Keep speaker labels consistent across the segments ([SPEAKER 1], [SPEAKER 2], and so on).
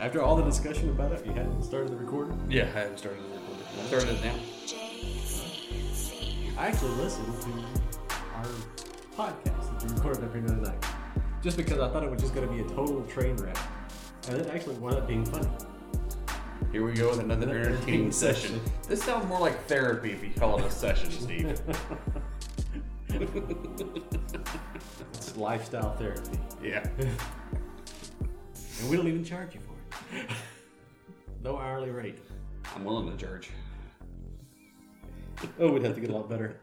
[SPEAKER 1] After all the discussion about it, you hadn't started the recorder.
[SPEAKER 2] Yeah, I haven't started the recording. I started it now.
[SPEAKER 1] I actually listened to our podcast that we recorded every other night, just because I thought it was just going to be a total train wreck, and it actually wound up being funny.
[SPEAKER 2] Here we go with another entertaining session. This sounds more like therapy if you call it a session, Steve.
[SPEAKER 1] It's lifestyle therapy,
[SPEAKER 2] yeah.
[SPEAKER 1] and we don't even charge you for it. no hourly rate.
[SPEAKER 2] I'm willing to charge.
[SPEAKER 1] Oh, we'd have to get a lot better.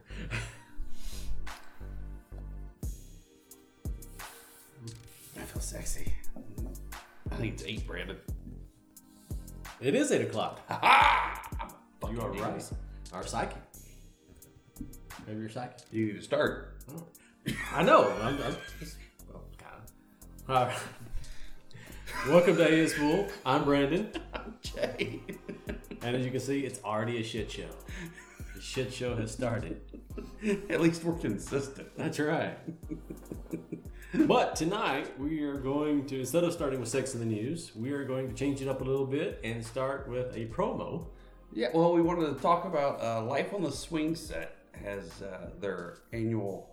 [SPEAKER 2] I feel sexy. I think it's eight, Brandon.
[SPEAKER 1] It is eight o'clock.
[SPEAKER 2] Ha
[SPEAKER 1] You are right. Our psyche. Maybe your psyche.
[SPEAKER 2] You need to start.
[SPEAKER 1] I know. I'm, I'm just, well, kind of. All right. Welcome to AS Fool. I'm Brandon,
[SPEAKER 2] Jay.
[SPEAKER 1] and as you can see, it's already a shit show. The shit show has started.
[SPEAKER 2] At least we're consistent.
[SPEAKER 1] That's right. But tonight we are going to instead of starting with sex in the news, we are going to change it up a little bit and start with a promo.
[SPEAKER 2] Yeah, well, we wanted to talk about uh, Life on the Swing Set has uh, their annual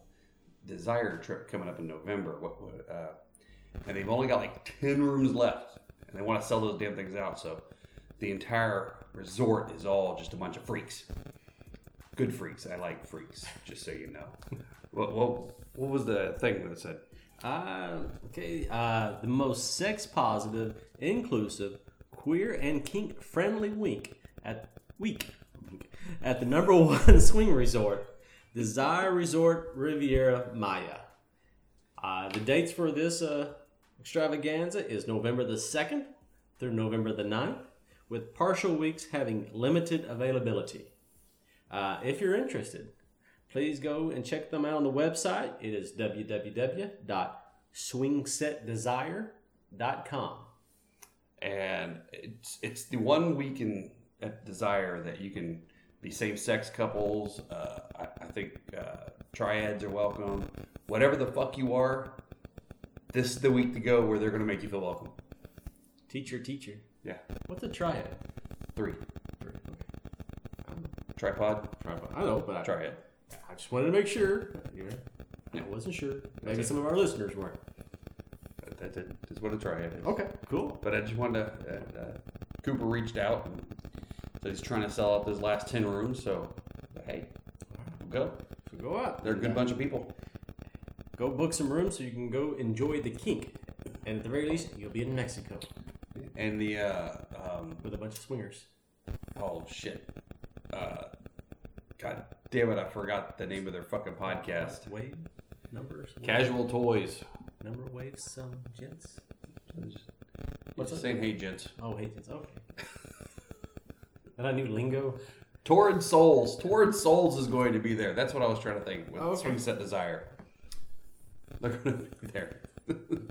[SPEAKER 2] Desire trip coming up in November. What, what, uh, and they've only got like 10 rooms left, and they want to sell those damn things out. So the entire resort is all just a bunch of freaks. Good freaks. I like freaks, just so you know. what, what, what was the thing that said?
[SPEAKER 1] Uh, okay, uh, the most sex positive, inclusive, queer and kink friendly week at week at the number one swing resort, Desire Resort Riviera Maya. Uh, the dates for this uh, extravaganza is November the 2nd through November the 9th, with partial weeks having limited availability. Uh, if you're interested, please go and check them out on the website. It is www.swingsetdesire.com.
[SPEAKER 2] and it's it's the one week in at Desire that you can be same sex couples. Uh, I, I think uh, triads are welcome. Whatever the fuck you are, this is the week to go where they're gonna make you feel welcome.
[SPEAKER 1] Teacher, teacher.
[SPEAKER 2] Yeah,
[SPEAKER 1] What's a triad?
[SPEAKER 2] three
[SPEAKER 1] Three, okay.
[SPEAKER 2] tripod
[SPEAKER 1] Tripod. I know, but I,
[SPEAKER 2] triad.
[SPEAKER 1] I just wanted to make sure. You know,
[SPEAKER 2] Yeah.
[SPEAKER 1] I wasn't sure. Maybe some of our listeners weren't.
[SPEAKER 2] That, that, that is what a triad is.
[SPEAKER 1] Okay, cool.
[SPEAKER 2] But I just wanted to. Uh, uh, Cooper reached out and said he's trying to sell out those last ten rooms. So hey, go.
[SPEAKER 1] So go out.
[SPEAKER 2] They're a good bunch of people.
[SPEAKER 1] Go book some rooms so you can go enjoy the kink. And at the very least, you'll be in Mexico
[SPEAKER 2] And the uh, um,
[SPEAKER 1] with a bunch of swingers.
[SPEAKER 2] Oh shit. Uh, God damn it! I forgot the name of their fucking podcast.
[SPEAKER 1] Wave numbers.
[SPEAKER 2] Casual Toys.
[SPEAKER 1] Number wave some gents.
[SPEAKER 2] What's
[SPEAKER 1] What's that?
[SPEAKER 2] saying? Hey, gents.
[SPEAKER 1] Oh, Hayden's okay. and I knew lingo.
[SPEAKER 2] Torrid Souls. Torrid Souls is going to be there. That's what I was trying to think with
[SPEAKER 1] Oh, okay.
[SPEAKER 2] Swing Set Desire. They're going to be there.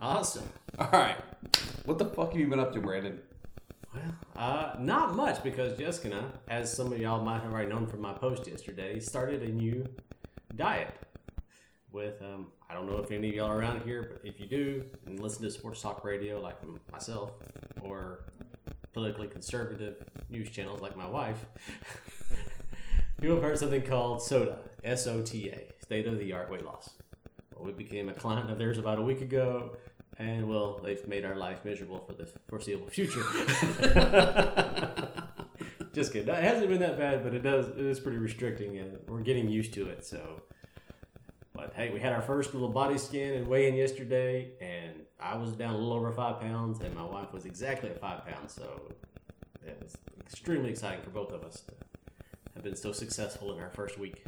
[SPEAKER 1] Awesome.
[SPEAKER 2] All right. What the fuck have you been up to, Brandon?
[SPEAKER 1] Well, uh, not much because Jessica and I, as some of y'all might have already known from my post yesterday, started a new diet. With um, I don't know if any of y'all are around here, but if you do and listen to sports talk radio like m- myself or politically conservative news channels like my wife, you have heard something called SOTA, S O T A, State of the Art Weight Loss. Well, we became a client of theirs about a week ago, and well, they've made our life miserable for the foreseeable future. Just kidding. It hasn't been that bad, but it does. It is pretty restricting, and we're getting used to it. So, but hey, we had our first little body scan and weigh in yesterday, and I was down a little over five pounds, and my wife was exactly at five pounds. So, it was extremely exciting for both of us to have been so successful in our first week.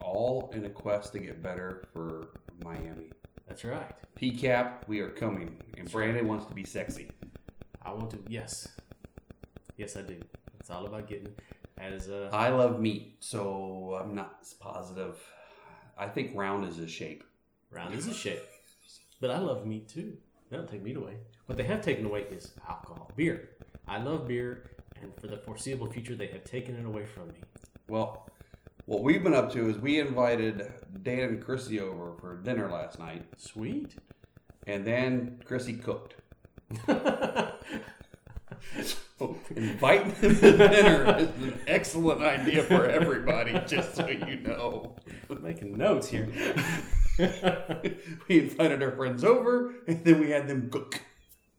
[SPEAKER 2] All in a quest to get better for Miami.
[SPEAKER 1] That's right.
[SPEAKER 2] PCAP, we are coming. And Brandon wants to be sexy.
[SPEAKER 1] I want to. Yes, yes, I do. It's all about getting as uh,
[SPEAKER 2] I love meat, so I'm not as positive. I think round is a shape.
[SPEAKER 1] round as a shape. But I love meat too. They don't take meat away. What they have taken away is alcohol, beer. I love beer, and for the foreseeable future, they have taken it away from me.
[SPEAKER 2] Well, what we've been up to is we invited Dan and Chrissy over for dinner last night,
[SPEAKER 1] Sweet.
[SPEAKER 2] and then Chrissy cooked.
[SPEAKER 1] I
[SPEAKER 2] Invite them to dinner is an excellent idea for everybody, just so you know.
[SPEAKER 1] Making notes here.
[SPEAKER 2] we invited our friends over, and then we had them cook.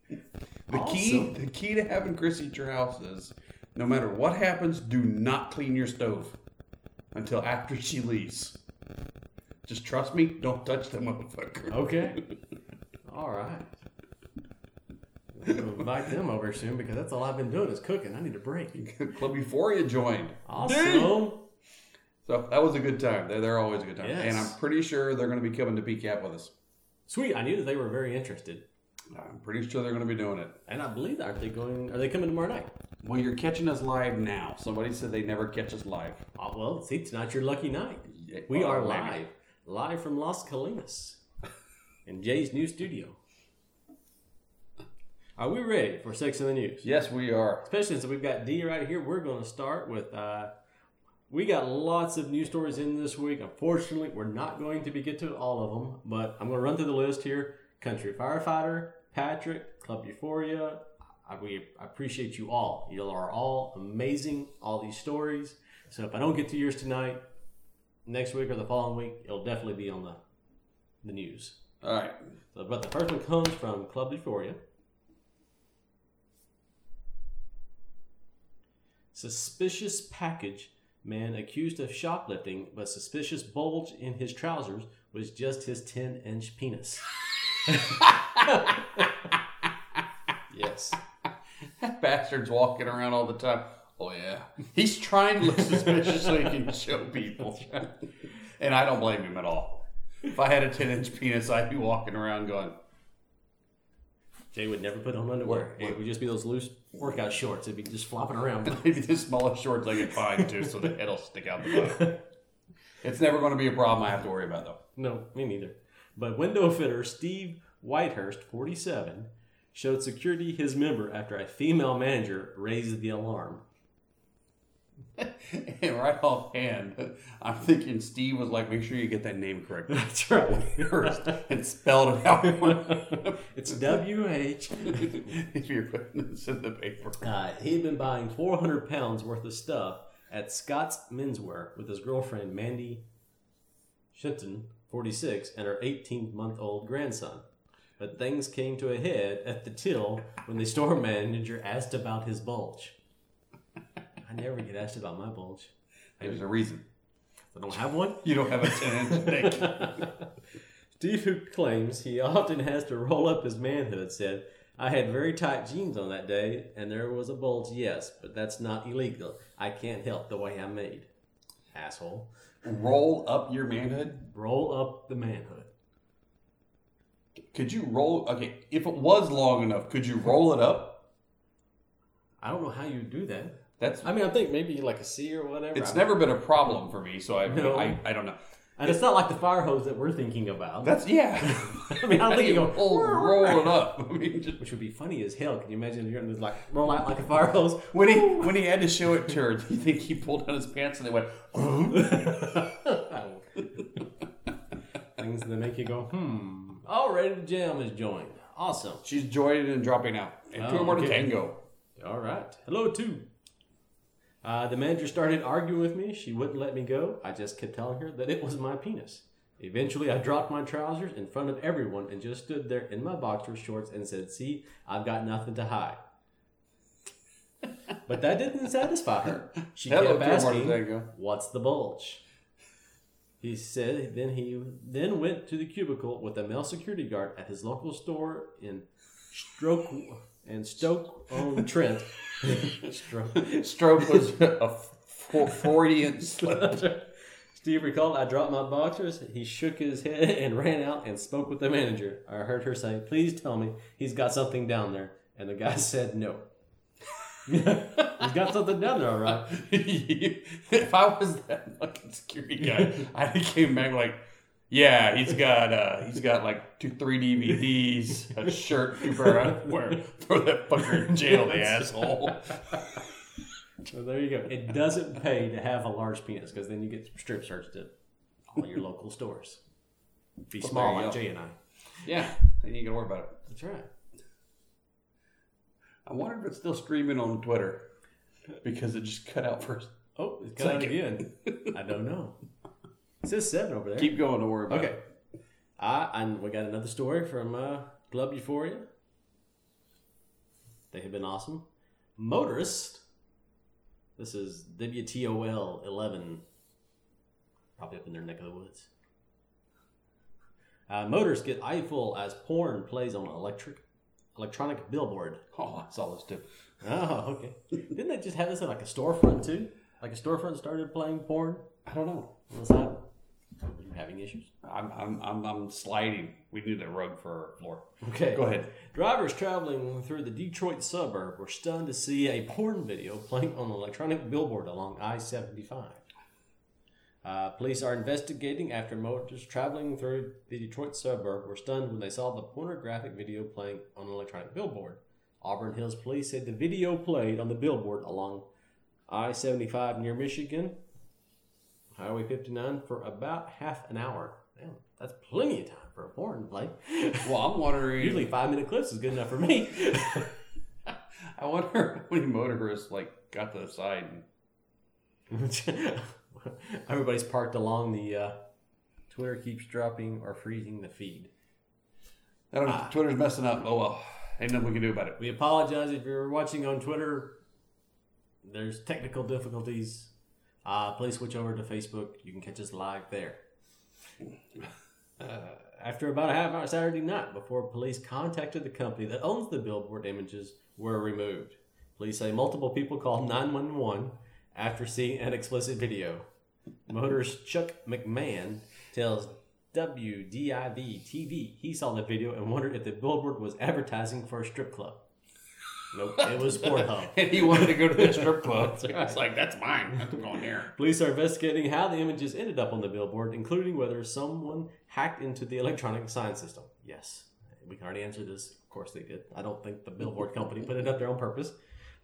[SPEAKER 2] The key,
[SPEAKER 1] Awesome.
[SPEAKER 2] the key to having Chrissy at your house is, no matter what happens, do not clean your stove until after she leaves. Just trust me. Don't touch the motherfucker.
[SPEAKER 1] Okay. All right. I'm gonna invite them over soon because that's all I've been doing is cooking. I need a break.
[SPEAKER 2] Club Euphoria joined.
[SPEAKER 1] Awesome.
[SPEAKER 2] So that was a good time. They're, they're always a good time.
[SPEAKER 1] Yes.
[SPEAKER 2] And I'm pretty sure they're going to be coming to PCAP with us.
[SPEAKER 1] Sweet. I knew that they were very interested,
[SPEAKER 2] I'm pretty sure they're going to be doing it.
[SPEAKER 1] and I believe aren't they going? Are they coming tomorrow night?
[SPEAKER 2] Well, you're catching us live now. Somebody said they never catch us live.
[SPEAKER 1] Oh, well, see, tonight's your lucky night.
[SPEAKER 2] Yeah,
[SPEAKER 1] We are
[SPEAKER 2] well, maybe.
[SPEAKER 1] live, live from Las Colinas, in Jay's new studio. Are we ready for Sex in the News?
[SPEAKER 2] Yes, we are.
[SPEAKER 1] Especially since we've got D right here, we're going to start with. Uh, we got lots of news stories in this week. Unfortunately, we're not going to be get to all of them, but I'm going to run through the list here. Country firefighter Patrick Club Euphoria. I, we appreciate you all. You are all amazing. All these stories. So if I don't get to yours tonight, next week or the following week, it'll definitely be on the the news.
[SPEAKER 2] All right.
[SPEAKER 1] So, but the first one comes from Club Euphoria. Suspicious package man accused of shoplifting, but suspicious bulge in his trousers was just his 10 inch penis. yes.
[SPEAKER 2] That bastard's walking around all the time. Oh, yeah. He's trying to look suspicious so he can show people. And I don't blame him at all. If I had a 10 inch penis, I'd be walking around going,
[SPEAKER 1] Jay would never put on underwear.
[SPEAKER 2] What-
[SPEAKER 1] It would just be those loose workout shorts. It'd be just flopping around.
[SPEAKER 2] Maybe the smallest shorts I could find too, so the head'll stick out the bottom. It's never going to be a problem I have to worry about though.
[SPEAKER 1] No, me neither. But window fitter Steve Whitehurst, 47, showed security his member after a female manager raised the alarm.
[SPEAKER 2] And right offhand, I'm thinking Steve was like, make sure you get that name correct
[SPEAKER 1] That's right.
[SPEAKER 2] first and spelled it out.
[SPEAKER 1] it's WH.
[SPEAKER 2] if you're putting this in the paper.
[SPEAKER 1] Uh, he had been buying 400 pounds worth of stuff at Scott's Menswear with his girlfriend Mandy Shenton, 46, and her 18 month old grandson. But things came to a head at the till when the store manager asked about his bulge. I never get asked about my bulge.
[SPEAKER 2] There's a reason.
[SPEAKER 1] I don't have one.
[SPEAKER 2] You don't have a 10 inch dick.
[SPEAKER 1] Steve, who claims he often has to roll up his manhood, said, I had very tight jeans on that day, and there was a bulge, yes, but that's not illegal. I can't help the way I'm made. Asshole.
[SPEAKER 2] Roll up your manhood.
[SPEAKER 1] Roll up the manhood.
[SPEAKER 2] Could you roll? Okay, if it was long enough, could you roll it up?
[SPEAKER 1] I don't know how you do that.
[SPEAKER 2] That's.
[SPEAKER 1] I mean, I think maybe like a C or whatever.
[SPEAKER 2] It's
[SPEAKER 1] I-
[SPEAKER 2] never been a problem for me, so I,
[SPEAKER 1] No.
[SPEAKER 2] I, I don't know.
[SPEAKER 1] and it's not like the fire hose that we're thinking about.
[SPEAKER 2] That's yeah.
[SPEAKER 1] I mean, I don't think you go,
[SPEAKER 2] roll, roll it up. I mean, just,
[SPEAKER 1] Which would be funny as hell. Can you imagine if you're in this, like roll out like a fire hose?
[SPEAKER 2] when he when he had to show it to her, do you think he pulled down his pants and they went?
[SPEAKER 1] Hmm? Things that make you go, hmm. Oh, Ready to Jam is joined. Awesome.
[SPEAKER 2] She's joining and dropping out. And two
[SPEAKER 1] Oh,
[SPEAKER 2] more to
[SPEAKER 1] okay.
[SPEAKER 2] tango.
[SPEAKER 1] All right. Hello, too. Uh, the manager started arguing with me. She wouldn't let me go. I just kept telling her that it was my penis. Eventually, I dropped my trousers in front of everyone and just stood there in my boxer shorts and said, See, I've got nothing to hide. But that didn't satisfy her. She
[SPEAKER 2] Hello, two
[SPEAKER 1] kept
[SPEAKER 2] more to
[SPEAKER 1] asking,
[SPEAKER 2] tango.
[SPEAKER 1] What's the bulge? He said then he then went to the cubicle with a male security guard at his local store in Stroke and Stoke on Trent. Stroke.
[SPEAKER 2] Strobe was a four, Freudian slip.
[SPEAKER 1] Steve recalled I dropped my boxers. He shook his head and ran out and spoke with the manager. I heard her say, Please tell me he's got something down there. And the guy said no. he's got something down there, all right.
[SPEAKER 2] if I was that fucking security guy, I came back like, yeah, he's got uh, he's got like two, three DVDs, a shirt, two pair of underwear. Throw that fucker in jail, the asshole.
[SPEAKER 1] So there you go. It doesn't pay to have a large penis because then you get strip searched at all your local stores. Be small
[SPEAKER 2] there you
[SPEAKER 1] like
[SPEAKER 2] go.
[SPEAKER 1] Jay and I.
[SPEAKER 2] Yeah, then you gotta worry about it.
[SPEAKER 1] That's right.
[SPEAKER 2] I wonder if it's still streaming on Twitter. because it just cut out first.
[SPEAKER 1] Oh, it's cut out
[SPEAKER 2] Second.
[SPEAKER 1] again. I don't know. It says seven over there.
[SPEAKER 2] Keep going, don't worry about
[SPEAKER 1] okay.
[SPEAKER 2] it.
[SPEAKER 1] I and we got another story from uh, Club Euphoria. They have been awesome. Motorist. This is WTOL eleven. Probably up in their neck of the woods. Uh, motorists get eyeful as porn plays on electric electronic billboard.
[SPEAKER 2] Oh, I saw this too.
[SPEAKER 1] Oh, okay. Didn't they just have this at like a storefront too? Like a storefront started playing porn.
[SPEAKER 2] I don't know.
[SPEAKER 1] What's that? Are you having issues?
[SPEAKER 2] I'm, I'm, I'm, I'm sliding. We need the rug for our floor.
[SPEAKER 1] Okay.
[SPEAKER 2] Go ahead.
[SPEAKER 1] Drivers traveling through the Detroit suburb were stunned to see a porn video playing on an electronic billboard along I 75. Uh, police are investigating after motorists traveling through the Detroit suburb were stunned when they saw the pornographic video playing on an electronic billboard. Auburn Hills police said the video played on the billboard along I 75 near Michigan, Highway 59, for about half an hour. Damn, that's plenty of time for a porn play.
[SPEAKER 2] Well, I'm wondering.
[SPEAKER 1] Usually five minute clips is good enough for me.
[SPEAKER 2] I wonder how many motorists like got to the side. And,
[SPEAKER 1] Everybody's parked along the. Uh, Twitter keeps dropping or freezing the feed.
[SPEAKER 2] I don't know. Twitter's messing up. Oh well, ain't nothing we can do about it.
[SPEAKER 1] We apologize if you're watching on Twitter. There's technical difficulties. Uh, please switch over to Facebook. You can catch us live there. Uh, after about a half hour Saturday night, before police contacted the company that owns the billboard images, were removed. Police say multiple people called 911 after seeing an explicit video. Motorist Chuck McMahon tells WDIV TV he saw the video and wondered if the billboard was advertising for a strip club. Nope, it was Pornhub.
[SPEAKER 2] And he wanted to go to the strip club.
[SPEAKER 1] That's right.
[SPEAKER 2] It's like that's mine. I'm going there.
[SPEAKER 1] Police are investigating how the images ended up on the billboard, including whether someone hacked into the electronic sign system. Yes, we can already answer this. Of course they did. I don't think the billboard company put it up there on purpose.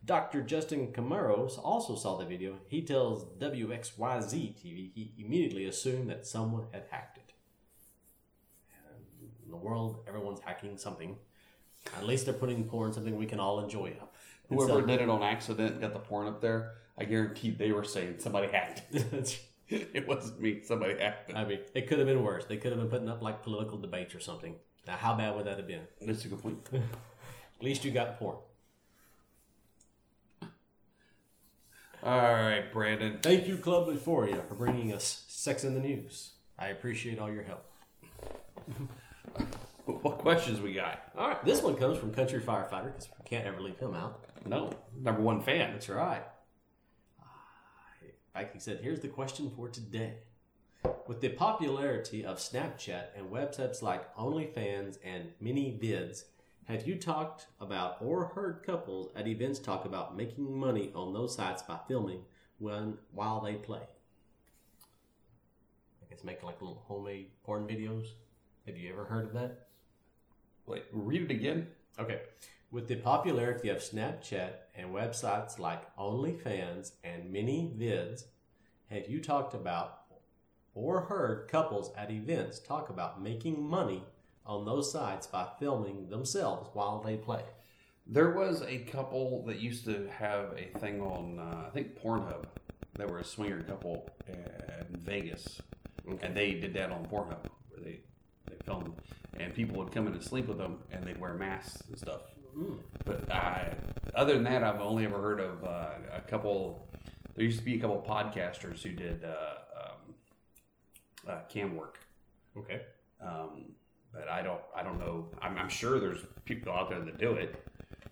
[SPEAKER 1] Dr. Justin Camaro also saw the video. He tells WXYZ TV he immediately assumed that someone had hacked it. In the world, everyone's hacking something. At least they're putting porn something we can all enjoy up. And
[SPEAKER 2] Whoever did it on accident and got the porn up there, I guarantee they were saying somebody hacked. it."
[SPEAKER 1] so-
[SPEAKER 2] It wasn't me. Somebody hacked. it.
[SPEAKER 1] I mean, it could have been worse. They could have been putting up like political debates or something. Now, how bad would that have been?
[SPEAKER 2] That's a good point.
[SPEAKER 1] At least you got porn.
[SPEAKER 2] All right, Brandon.
[SPEAKER 1] Thank you, Club Euphoria, for bringing us Sex in the News. I appreciate all your help.
[SPEAKER 2] What questions we got?
[SPEAKER 1] All right, this one comes from Country Firefighter because we can't ever leave him out.
[SPEAKER 2] No, number one fan.
[SPEAKER 1] That's right. In fact, he said, here's the question for today. With the popularity of Snapchat and websites like OnlyFans and MiniVids, have you talked about or heard couples at events talk about making money on those sites by filming when while they play? I guess making like little homemade porn videos. Have you ever heard of that?
[SPEAKER 2] Wait, read it again.
[SPEAKER 1] Okay. With the popularity of Snapchat and websites like OnlyFans and MiniVids, have you talked about or heard couples at events talk about making money on those sites by filming themselves while they play?
[SPEAKER 2] There was a couple that used to have a thing on, uh, I think Pornhub. They were a swinger couple in Vegas, and they did that on Pornhub. Where they they filmed, and people would come in and sleep with them, and they'd wear masks and stuff.
[SPEAKER 1] Mm.
[SPEAKER 2] But I, other than that, I've only ever heard of uh, a couple. There used to be a couple podcasters who did uh, um, uh, cam work.
[SPEAKER 1] Okay.
[SPEAKER 2] Um, but I don't, I don't know. I'm, I'm sure there's people out there that do it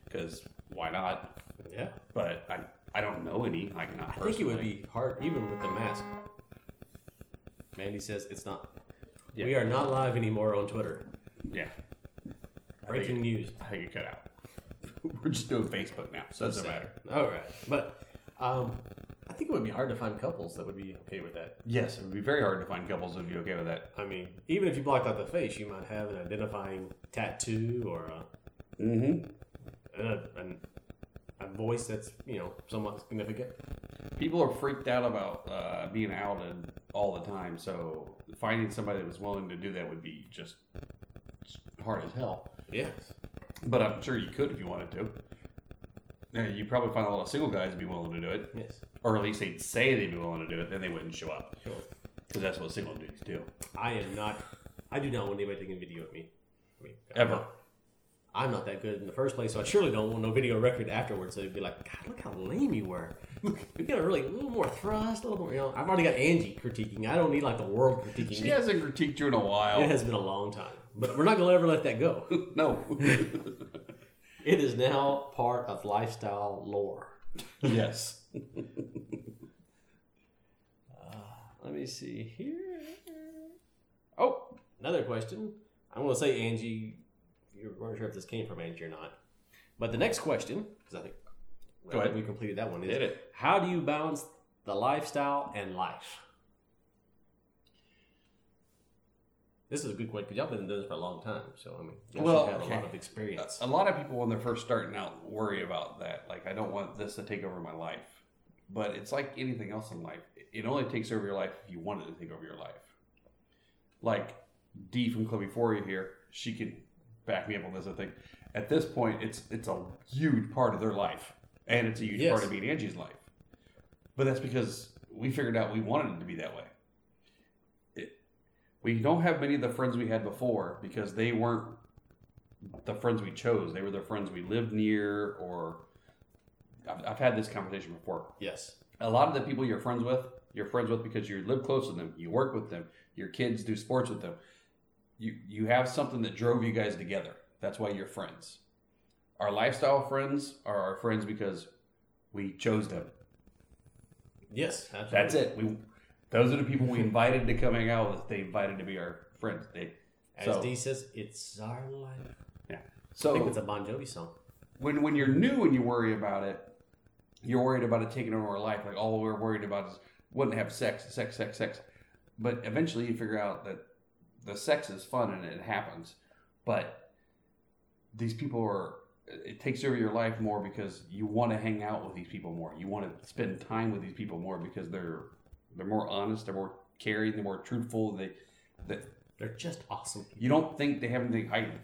[SPEAKER 2] because why not?
[SPEAKER 1] Yeah.
[SPEAKER 2] But I, I don't know any. I cannot.
[SPEAKER 1] I think it would be hard even with the mask. Mandy says it's not. We
[SPEAKER 2] Yeah.
[SPEAKER 1] are not live anymore on Twitter.
[SPEAKER 2] Yeah,
[SPEAKER 1] Breaking news.
[SPEAKER 2] I think it cut out. We're just doing Facebook now, so it doesn't matter.
[SPEAKER 1] All right. But um, I think it would be hard to find couples that would be okay with that.
[SPEAKER 2] Yes, it would be very hard to find couples who'd be okay with that.
[SPEAKER 1] I mean, even if you blocked out the face, you might have an identifying tattoo or a,
[SPEAKER 2] Mm-hmm.
[SPEAKER 1] a, an a voice that's, you know, somewhat significant.
[SPEAKER 2] People are freaked out about uh, being outed all the time, so finding somebody that was willing to do that would be just hard as hell.
[SPEAKER 1] Yes.
[SPEAKER 2] But I'm sure you could if you wanted to. Yeah, you probably find a lot of single guys would be willing to do it,
[SPEAKER 1] Yes.
[SPEAKER 2] or at least they'd say they'd be willing to do it, then they wouldn't show up
[SPEAKER 1] Sure.
[SPEAKER 2] because that's what single dudes do.
[SPEAKER 1] I am not. I do not want anybody taking video of me. I mean,
[SPEAKER 2] Ever.
[SPEAKER 1] I'm not that good in the first place, so I surely don't want no video record afterwards. So it'd be like, God, look how lame you were. We got a really a little more thrust, a little more. You know, I've already got Angie critiquing. I don't need like the world critiquing.
[SPEAKER 2] She
[SPEAKER 1] me.
[SPEAKER 2] hasn't critiqued you in a while.
[SPEAKER 1] It has been a long time, but we're not gonna ever let that go.
[SPEAKER 2] No.
[SPEAKER 1] It is now part of lifestyle lore.
[SPEAKER 2] yes.
[SPEAKER 1] Let me see here. Oh, another question. I'm going to say Angie. You weren't sure if this came from Angie or not. But the next question, because I think I
[SPEAKER 2] Go
[SPEAKER 1] think
[SPEAKER 2] ahead.
[SPEAKER 1] we completed that one, is
[SPEAKER 2] Did it.
[SPEAKER 1] how do you balance the lifestyle and life? This is a good question because y'all been doing this for a long time. So, I mean, you
[SPEAKER 2] Well,
[SPEAKER 1] should have a lot
[SPEAKER 2] okay. Uh,
[SPEAKER 1] of experience.
[SPEAKER 2] A lot of people, when they're first starting out, worry about that. Like, I don't want this to take over my life. But it's like anything else in life. It only takes over your life if you want it to take over your life. Like Dee from Claviphoria here, she can back me up on this. I think at this point, it's it's a huge part of their life, and it's a huge
[SPEAKER 1] Yes.
[SPEAKER 2] part of me and Angie's life. But that's because we figured out we wanted it to be that way. It, we don't have many of the friends we had before because they weren't the friends we chose. They were the friends we lived near, or I've, I've had this conversation before.
[SPEAKER 1] yes.
[SPEAKER 2] A lot of the people you're friends with, you're friends with because you live close to them, you work with them, your kids do sports with them. You you have something that drove you guys together. That's why you're friends. Our lifestyle friends are our friends because we chose them.
[SPEAKER 1] Yes. Absolutely.
[SPEAKER 2] That's it. We those are the people we invited to come hang out with. They invited to be our friends. They
[SPEAKER 1] As
[SPEAKER 2] so,
[SPEAKER 1] Dee says, it's our life. I think
[SPEAKER 2] so
[SPEAKER 1] it's a Bon Jovi song.
[SPEAKER 2] when when you're new and you worry about it, you're worried about it taking over our life. Like all we're worried about is wouldn't have sex, sex, sex, sex. But eventually, you figure out that the sex is fun and it happens. But these people are. It takes over your life more because you want to hang out with these people more. You want to spend time with these people more because they're they're more honest, they're more caring, they're more truthful. They that
[SPEAKER 1] They're just awesome.
[SPEAKER 2] you don't think they have anything hidden,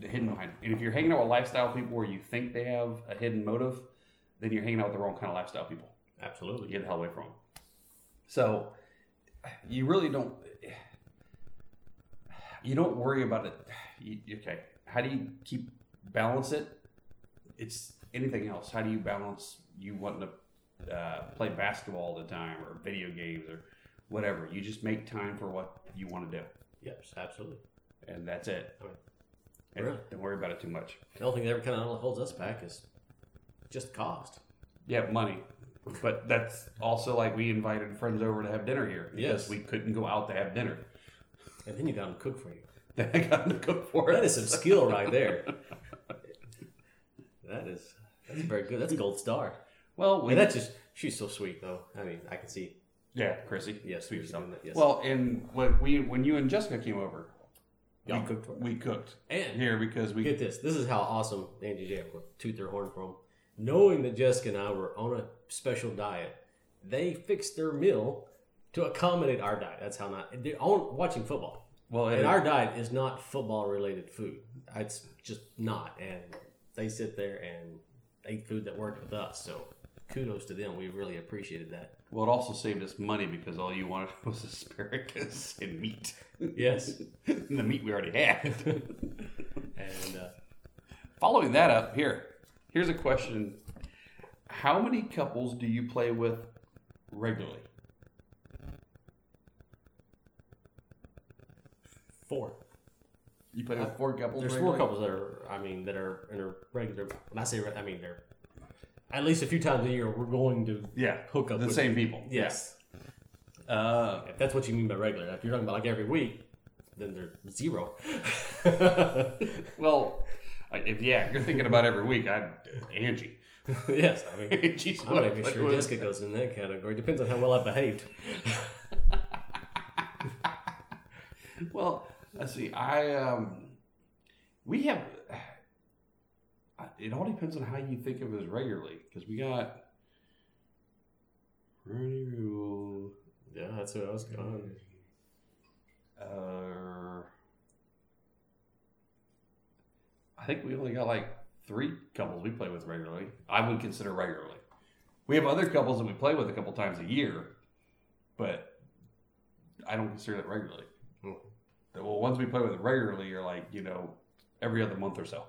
[SPEAKER 2] hidden behind. it. And if you're hanging out with lifestyle people where you think they have a hidden motive, then you're hanging out with the wrong kind of lifestyle people.
[SPEAKER 1] Absolutely.
[SPEAKER 2] Get the hell away from them. So you really don't. You don't worry about it. You, okay, how do you keep balance it? It's anything else. How do you balance you wanting to uh, play basketball all the time or video games or whatever? You just make time for what you want to do,
[SPEAKER 1] Yes, absolutely.
[SPEAKER 2] and that's it. And
[SPEAKER 1] Really?
[SPEAKER 2] Don't worry about it too much.
[SPEAKER 1] The only thing that ever kind of holds us back is just cost.
[SPEAKER 2] Yeah, money. But that's also like we invited friends over to have dinner here because
[SPEAKER 1] Yes.
[SPEAKER 2] we couldn't go out to have dinner.
[SPEAKER 1] And then you got them cook for you.
[SPEAKER 2] Then I got to go for
[SPEAKER 1] That
[SPEAKER 2] it.
[SPEAKER 1] is some skill right there. that is that's very good. That's a gold star.
[SPEAKER 2] Well, we,
[SPEAKER 1] And that's just she's so sweet though. I mean, I can see.
[SPEAKER 2] yeah, Chrissy.
[SPEAKER 1] Yes,
[SPEAKER 2] Sweet
[SPEAKER 1] you're
[SPEAKER 2] yourself.
[SPEAKER 1] doing that, yes.
[SPEAKER 2] Well, and when we when you and Jessica came over,
[SPEAKER 1] Y'all
[SPEAKER 2] we
[SPEAKER 1] cooked for us.
[SPEAKER 2] We cooked
[SPEAKER 1] And
[SPEAKER 2] here because we
[SPEAKER 1] get this. This is how awesome Angie J were. Toot their horn for 'em. Knowing that Jessica and I were on a special diet, they fixed their meal to accommodate our diet. That's how not. They're on watching football.
[SPEAKER 2] well
[SPEAKER 1] And
[SPEAKER 2] and
[SPEAKER 1] our diet is not football related food. It's just not. And they sit there and ate food that worked with us. So kudos to them. We really appreciated that.
[SPEAKER 2] well it also saved us money because all you wanted was asparagus and meat.
[SPEAKER 1] Yes.
[SPEAKER 2] the meat we already had.
[SPEAKER 1] and uh,
[SPEAKER 2] Following that up, here, here's a question: How many couples do you play with regularly?
[SPEAKER 1] four.
[SPEAKER 2] You play with four couples.
[SPEAKER 1] There's four
[SPEAKER 2] regularly?
[SPEAKER 1] couples that are, I mean, that are in a regular. When I say, re- I mean, they're at least a few times a year we're going to.
[SPEAKER 2] Yeah,
[SPEAKER 1] Hook up
[SPEAKER 2] the
[SPEAKER 1] with-
[SPEAKER 2] same people.
[SPEAKER 1] Yes.
[SPEAKER 2] Uh,
[SPEAKER 1] If that's what you mean by regular. If you're talking about like every week, then they're zero. yes.
[SPEAKER 2] well, I- if yeah, you're thinking about every week. I Angie.
[SPEAKER 1] I mean,
[SPEAKER 2] Angie's
[SPEAKER 1] I'm
[SPEAKER 2] what
[SPEAKER 1] not even
[SPEAKER 2] I play
[SPEAKER 1] sure
[SPEAKER 2] with.
[SPEAKER 1] Jessica goes in that category. Depends on how well I behaved.
[SPEAKER 2] Well, let's see. I um, we have. It all depends on how you think of it as regularly, because we got. Rooney Rule.
[SPEAKER 1] Yeah, that's who I was going.
[SPEAKER 2] Uh, I think we only got like three couples we play with regularly. I would consider regularly. We have other couples that we play with a couple times a year, but I don't consider that regularly.
[SPEAKER 1] Hmm.
[SPEAKER 2] The well, ones we play with regularly are like you know every other month or so.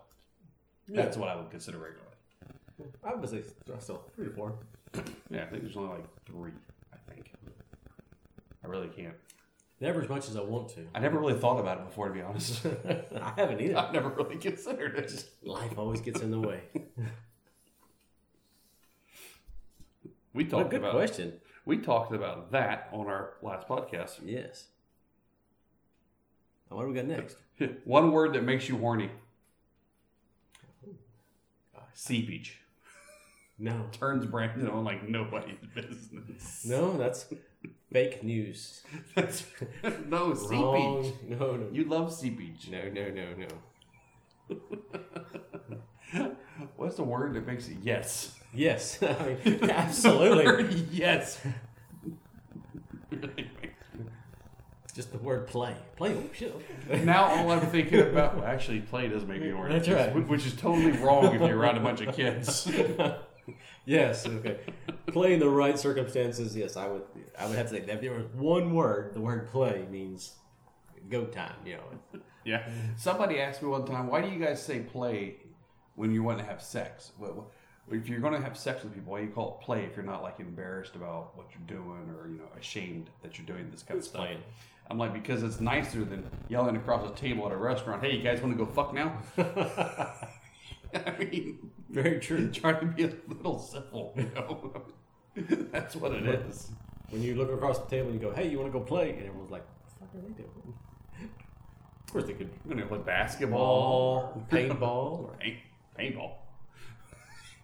[SPEAKER 2] That's what I would consider regularly.
[SPEAKER 1] I would say st- still three to four.
[SPEAKER 2] Yeah, I think there's only like three. I think. I really can't.
[SPEAKER 1] Never as much as I want to.
[SPEAKER 2] I never really thought about it before, to be honest.
[SPEAKER 1] I haven't either.
[SPEAKER 2] I've never really considered it.
[SPEAKER 1] Life always gets in the way.
[SPEAKER 2] We
[SPEAKER 1] What a
[SPEAKER 2] talked
[SPEAKER 1] good
[SPEAKER 2] about
[SPEAKER 1] question.
[SPEAKER 2] we talked about that on our last podcast.
[SPEAKER 1] Yes. Now, what do we got next?
[SPEAKER 2] One word that makes you horny. Seepage
[SPEAKER 1] No.
[SPEAKER 2] turns Brandon on like nobody's business.
[SPEAKER 1] No, that's fake news.
[SPEAKER 2] That's no
[SPEAKER 1] Wrong.
[SPEAKER 2] seepage.
[SPEAKER 1] No, no,
[SPEAKER 2] You love seepage.
[SPEAKER 1] no, no, no, no.
[SPEAKER 2] What's the word that makes it yes?
[SPEAKER 1] Yes, I mean, absolutely.
[SPEAKER 2] yes.
[SPEAKER 1] Just the word play. Play. oh, Shit.
[SPEAKER 2] now all I'm thinking about well, actually play does make me horny.
[SPEAKER 1] That's right.
[SPEAKER 2] Which- Which is totally wrong if you're around a bunch of kids.
[SPEAKER 1] Yes. Okay. play in the right circumstances. Yes, I would. I would have to say that if there was one word, the word play means go time. You know.
[SPEAKER 2] Yeah. Somebody asked me one time, why do you guys say play when you want to have sex? What, what, if you're going to have sex with people, why do you call it play if you're not like embarrassed about what you're doing or you know ashamed that you're doing this kind of stuff?
[SPEAKER 1] playing.
[SPEAKER 2] I'm like because it's nicer than yelling across a table at a restaurant. Hey, you guys want to go fuck now? I mean,
[SPEAKER 1] Very true.
[SPEAKER 2] try to be a little civil, you know. That's what it is.
[SPEAKER 1] When you look across the table and you go, "Hey, you want to go play?" and everyone's like, "What the fuck are they doing?" Of course, they could
[SPEAKER 2] We're gonna play basketball,
[SPEAKER 1] paintball. Or,
[SPEAKER 2] paint, paintball.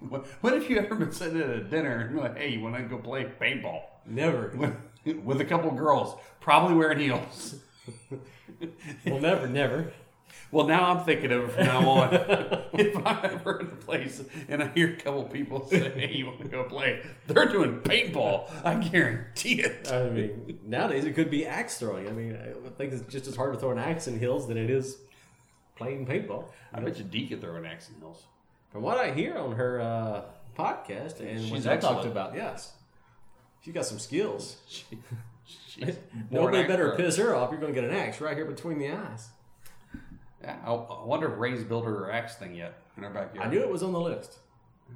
[SPEAKER 2] what, what if you ever been sitting at a dinner and you're like, hey, you want to go play paintball
[SPEAKER 1] never.
[SPEAKER 2] with, with a couple girls, probably wearing heels?
[SPEAKER 1] Well, never, never.
[SPEAKER 2] Well, now I'm thinking of it from now on. if I'm ever in a place and I hear a couple people say, hey, you want to go play, they're doing paintball. I guarantee it.
[SPEAKER 1] I mean, nowadays it could be axe throwing. I mean, I think it's just as hard to throw an axe in hills than it is playing paintball.
[SPEAKER 2] I bet you Dee could throw an axe in heels.
[SPEAKER 1] From what I hear on her uh, podcast and
[SPEAKER 2] She's
[SPEAKER 1] what they talked
[SPEAKER 2] excellent.
[SPEAKER 1] about, yes, she's got some skills.
[SPEAKER 2] She, she's born
[SPEAKER 1] Nobody better
[SPEAKER 2] actor.
[SPEAKER 1] piss her off. You're going to get an axe right here between the eyes.
[SPEAKER 2] Yeah, I, I wonder if Ray's built her axe thing yet in her backyard.
[SPEAKER 1] I knew it was on the list.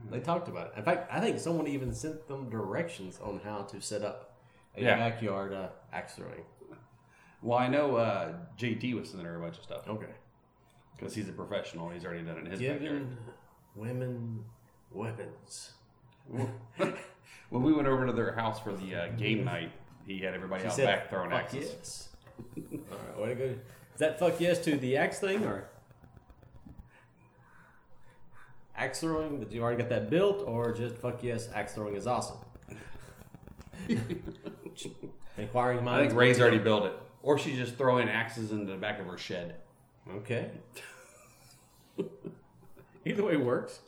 [SPEAKER 1] They
[SPEAKER 2] Mm-hmm.
[SPEAKER 1] talked about it. In fact, I think someone even sent them directions on how to set up a
[SPEAKER 2] Yeah.
[SPEAKER 1] backyard uh, axe throwing.
[SPEAKER 2] Well, I know uh, JT was sending her a bunch of stuff
[SPEAKER 1] Okay.
[SPEAKER 2] because he's a professional. He's already done it in his backyard.
[SPEAKER 1] Giving women weapons.
[SPEAKER 2] when we went over to their house for the uh, game night, he had everybody out
[SPEAKER 1] said,
[SPEAKER 2] back throwing
[SPEAKER 1] fuck
[SPEAKER 2] axes.
[SPEAKER 1] yes. All right, way to go. Is that fuck yes to the axe thing or axe throwing? Did you already got that built or just fuck yes? Axe throwing is awesome. Inquiring
[SPEAKER 2] I
[SPEAKER 1] minds.
[SPEAKER 2] think Ray's already built it, or she's just throwing axes into the back of her shed.
[SPEAKER 1] Okay. Either way works.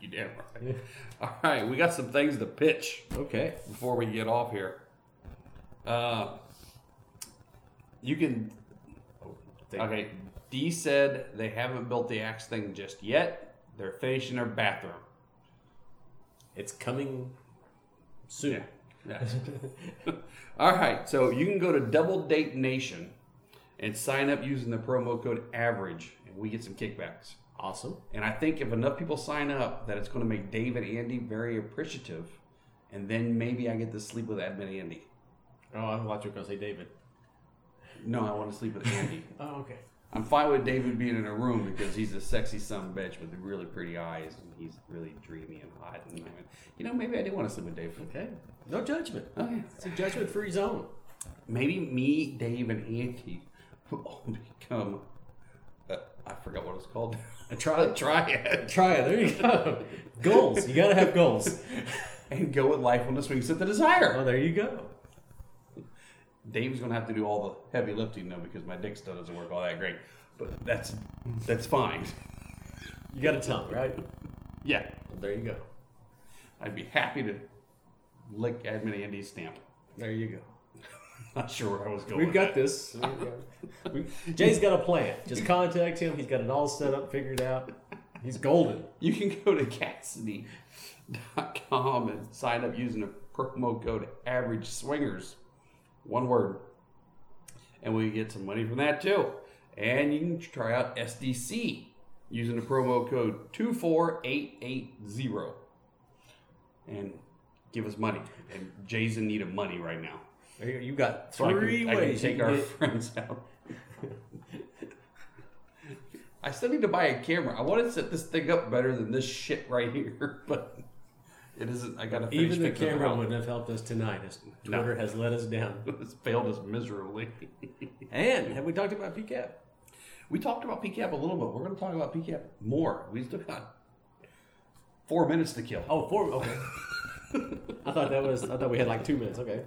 [SPEAKER 2] You damn right. All right, we got some things to pitch
[SPEAKER 1] Okay.
[SPEAKER 2] before we get off here. Uh, you can
[SPEAKER 1] Thank-
[SPEAKER 2] Okay, D said they haven't built the axe thing just yet. They're finishing their bathroom.
[SPEAKER 1] It's coming soon.
[SPEAKER 2] Yes. All right, so you can go to Double Date Nation and sign up using the promo code AVERAGE, and we get some kickbacks.
[SPEAKER 1] Awesome.
[SPEAKER 2] And I think if enough people sign up, that it's going to make Dave and Andy very appreciative, and then maybe I get to sleep with Admin Andy.
[SPEAKER 1] Oh, I thought you were going to say David.
[SPEAKER 2] No, I want to sleep with Andy.
[SPEAKER 1] Oh, okay.
[SPEAKER 2] I'm fine with David being in a room because he's a sexy son of a bitch with really pretty eyes and he's really dreamy and hot. And I went, you know, maybe I did want to sleep with Dave.
[SPEAKER 1] Okay. No judgment.
[SPEAKER 2] Okay.
[SPEAKER 1] It's a judgment free zone.
[SPEAKER 2] Maybe me, Dave, and Andy will become. Uh, I forgot what it's called.
[SPEAKER 1] A tri-
[SPEAKER 2] Triad.
[SPEAKER 1] Try it. There you go. goals. You gotta have goals.
[SPEAKER 2] And go with life on the swings of the desire.
[SPEAKER 1] Oh, there you go.
[SPEAKER 2] Dave's gonna have to do all the heavy lifting though because my dick still doesn't work all that great. But that's that's fine.
[SPEAKER 1] You got a tongue, right?
[SPEAKER 2] Yeah,
[SPEAKER 1] Well, there you go.
[SPEAKER 2] I'd be happy to lick Admin Andy's stamp.
[SPEAKER 1] There you go.
[SPEAKER 2] Not sure where I was going.
[SPEAKER 1] We've
[SPEAKER 2] with
[SPEAKER 1] got
[SPEAKER 2] that.
[SPEAKER 1] this. We- Jay's got a plan. Just contact him. He's got it all set up, figured out. He's golden.
[SPEAKER 2] You can go to Cassidy.com and sign up using a promo code Average Swingers, one word, and we get some money from that too. And you can try out SDC using the promo code two four eight eight zero, and give us money. And Jay's in need of money right now,
[SPEAKER 1] There you go. You got
[SPEAKER 2] so I can-
[SPEAKER 1] three
[SPEAKER 2] I can,
[SPEAKER 1] ways.
[SPEAKER 2] take
[SPEAKER 1] you
[SPEAKER 2] our
[SPEAKER 1] can get-
[SPEAKER 2] friends out. I still need to buy a camera. I want to set this thing up better than this shit right here, but it isn't. I gotta finish
[SPEAKER 1] even the
[SPEAKER 2] fixing it
[SPEAKER 1] camera
[SPEAKER 2] up.
[SPEAKER 1] wouldn't have helped us tonight. As
[SPEAKER 2] No.
[SPEAKER 1] Twitter has let us down.
[SPEAKER 2] It's failed us miserably.
[SPEAKER 1] And have we talked about PCAP?
[SPEAKER 2] We talked about PCAP a little bit. We're going to talk about PCAP more. We still got four minutes to kill.
[SPEAKER 1] Oh, four. Okay. I thought that was. I thought we had like two minutes. Okay.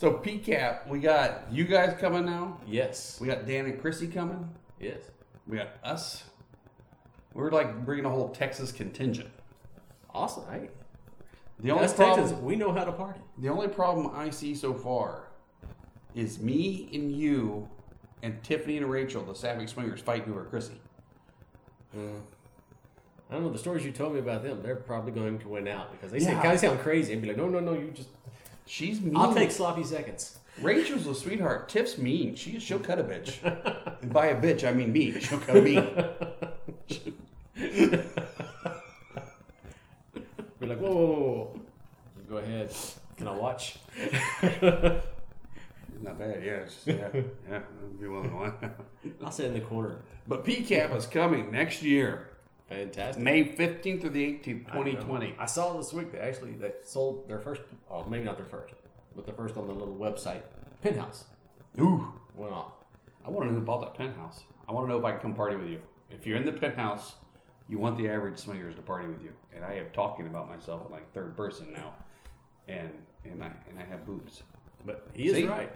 [SPEAKER 2] So PCAP, we got you guys coming now.
[SPEAKER 1] Yes.
[SPEAKER 2] We got Dan and Chrissy coming.
[SPEAKER 1] Yes.
[SPEAKER 2] We got us. We're like bringing a whole Texas contingent.
[SPEAKER 1] Awesome. Right.
[SPEAKER 2] The only
[SPEAKER 1] Us
[SPEAKER 2] problem,
[SPEAKER 1] Texans, we know how to party.
[SPEAKER 2] the only problem I see so far is me and you and Tiffany and Rachel, the Savage Swingers, fighting over Chrissy.
[SPEAKER 1] I don't know the stories you told me about them. They're probably going to win out because they
[SPEAKER 2] Yeah.
[SPEAKER 1] sound kind of sound crazy and be like, no, no, no, you just.
[SPEAKER 2] She's mean.
[SPEAKER 1] I'll take sloppy seconds.
[SPEAKER 2] Rachel's a sweetheart. Tiff's mean. She she'll cut a bitch. and by a bitch I mean me. She'll cut me.
[SPEAKER 1] Be like, whoa, whoa, whoa, whoa. go ahead. Can I watch?
[SPEAKER 2] Not bad. Yeah, it's just- yeah, yeah. I'd be willing to laugh.
[SPEAKER 1] I'll sit in the corner.
[SPEAKER 2] But PCAP is coming next year,
[SPEAKER 1] Fantastic.
[SPEAKER 2] May fifteenth through the eighteenth, twenty twenty.
[SPEAKER 1] I saw this week that actually they sold their first. Oh, maybe not their first, but the first on the little website. Penthouse
[SPEAKER 2] Ooh,
[SPEAKER 1] went off.
[SPEAKER 2] I want to know who bought that penthouse. I want to know if I can come party with you. If you're in the penthouse, you want the average swingers to party with you. And I am talking about myself in like third person now, and and I and I have boobs.
[SPEAKER 1] But he is
[SPEAKER 2] See?
[SPEAKER 1] right.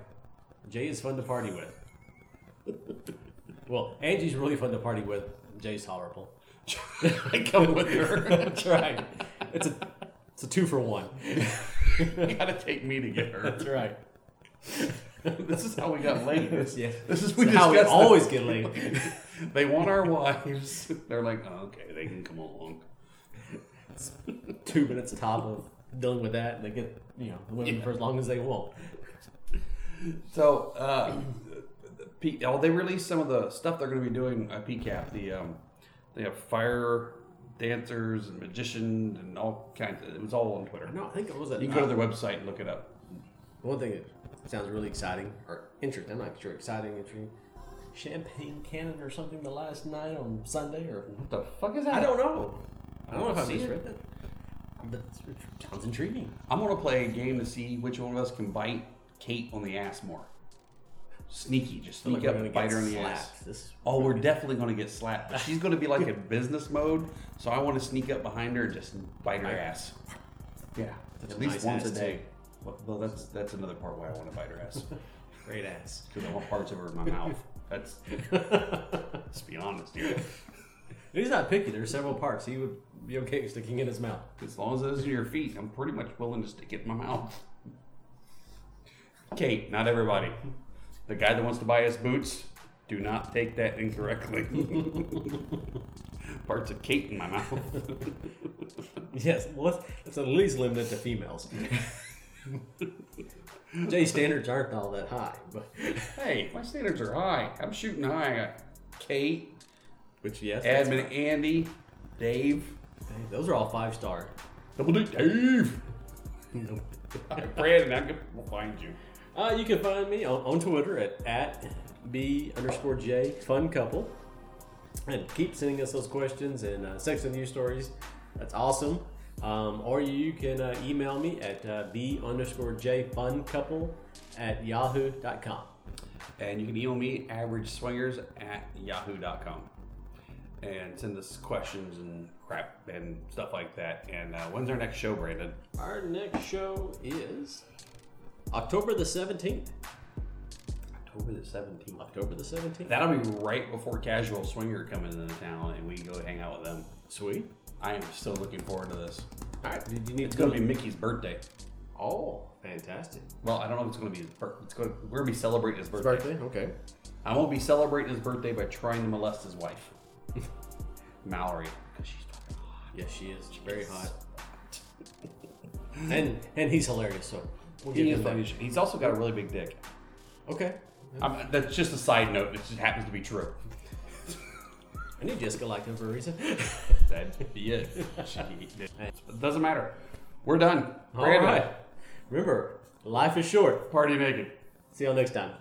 [SPEAKER 1] Jay is fun to party with. well, Angie's really fun to party with. Jay's tolerable.
[SPEAKER 2] I come with her.
[SPEAKER 1] That's right. It's a it's a two for one.
[SPEAKER 2] you gotta take me to get her.
[SPEAKER 1] That's right.
[SPEAKER 2] This is how we got laid. This,
[SPEAKER 1] Yes.
[SPEAKER 2] this is we
[SPEAKER 1] It's how we
[SPEAKER 2] discussed
[SPEAKER 1] always get laid.
[SPEAKER 2] it. They want our wives. They're like, oh, okay, they can come along.
[SPEAKER 1] two minutes top of dealing with that, and they get you know the women for as long as they want.
[SPEAKER 2] So, uh, P- oh, they released some of the stuff they're going to be doing at PCAP. The um, they have fire dancers and magicians and all kinds. Of, it was all on Twitter.
[SPEAKER 1] No, I think it was a
[SPEAKER 2] You can go to their website and look it up.
[SPEAKER 1] one thing that sounds really exciting or interesting. I'm not sure exciting interesting. Champagne cannon or something the last night on Sunday or
[SPEAKER 2] What the fuck is that?
[SPEAKER 1] I don't know. I don't know if I
[SPEAKER 2] See it?
[SPEAKER 1] misread that. But it sounds intriguing.
[SPEAKER 2] I'm going to play a game to see which one of us can bite Kate on the ass more. Sneaky, just
[SPEAKER 1] Feel
[SPEAKER 2] sneak
[SPEAKER 1] like
[SPEAKER 2] up
[SPEAKER 1] we're
[SPEAKER 2] and
[SPEAKER 1] gonna
[SPEAKER 2] bite
[SPEAKER 1] get
[SPEAKER 2] her in the ass.
[SPEAKER 1] slapped. This-
[SPEAKER 2] Oh, we're definitely going to get slapped. But she's going to be like in business mode, so I want to sneak up behind her and just bite her ass. Yeah,
[SPEAKER 1] That's
[SPEAKER 2] at
[SPEAKER 1] a
[SPEAKER 2] least
[SPEAKER 1] nice
[SPEAKER 2] once a
[SPEAKER 1] ass,
[SPEAKER 2] day. Well, well, that's that's another part why I want to bite her ass
[SPEAKER 1] great ass.
[SPEAKER 2] because I want parts of her in my mouth. That's let's be honest here.
[SPEAKER 1] He's not picky. There's several parts. He would be okay with sticking in his mouth.
[SPEAKER 2] As long as it's in your feet, I'm pretty much willing to stick it in my mouth. Kate, not everybody. The guy that wants to buy us boots, do not take that incorrectly. parts of Kate in my mouth.
[SPEAKER 1] Yes, well, let's, let's at least limit it to females. Jay's standards aren't all that high, but
[SPEAKER 2] Hey, my standards are high. I'm shooting high. I got Kate,
[SPEAKER 1] which yes, that's
[SPEAKER 2] Admin Andy, Dave.
[SPEAKER 1] fine. Hey, those are all five star.
[SPEAKER 2] Double D, Dave. Brandon, I can find you.
[SPEAKER 1] Uh, you can find me on, on Twitter at, at b underscore j fun couple, and keep sending us those questions and uh, sex and news stories. That's awesome. Um, or you can uh, email me at uh, b underscore j fun couple at yahoo.com.
[SPEAKER 2] And you can email me, averageswingers at yahoo.com. And send us questions and crap and stuff like that. And uh, when's our next show, Brandon?
[SPEAKER 1] Our next show is October the 17th.
[SPEAKER 2] October the 17th.
[SPEAKER 1] October the 17th.
[SPEAKER 2] That'll be right before Casual Swinger comes into town and we go hang out with them.
[SPEAKER 1] Sweet.
[SPEAKER 2] I am still looking forward to this.
[SPEAKER 1] All right. Did you need
[SPEAKER 2] It's
[SPEAKER 1] to go
[SPEAKER 2] going to
[SPEAKER 1] to
[SPEAKER 2] be Mickey's birthday.
[SPEAKER 1] Oh, fantastic.
[SPEAKER 2] Well, I don't know if it's going to be his birthday. It's going to, we're going to be celebrating his birthday.
[SPEAKER 1] Okay.
[SPEAKER 2] I won't be celebrating his birthday by trying to molest his wife. Mallory because she's fucking hot.
[SPEAKER 1] Yes, she is. Very hot. and and he's hilarious, so we'll give
[SPEAKER 2] He is
[SPEAKER 1] him that.
[SPEAKER 2] funny. He's also got a really big dick.
[SPEAKER 1] Okay.
[SPEAKER 2] I'm, that's just a side note. It just happens to be true.
[SPEAKER 1] I knew Jessica liked him for a reason.
[SPEAKER 2] That'd be it. it doesn't matter. We're done.
[SPEAKER 1] All
[SPEAKER 2] Brandon,
[SPEAKER 1] right. Remember, life is short.
[SPEAKER 2] Party naked.
[SPEAKER 1] See y'all next time.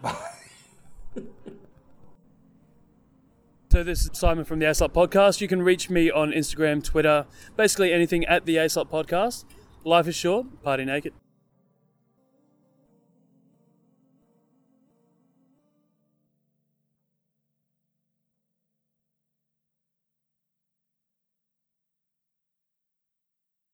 [SPEAKER 3] So this is Simon from the ASOP Podcast. You can reach me on Instagram, Twitter, basically anything at the ASOP Podcast. Life is short, party naked.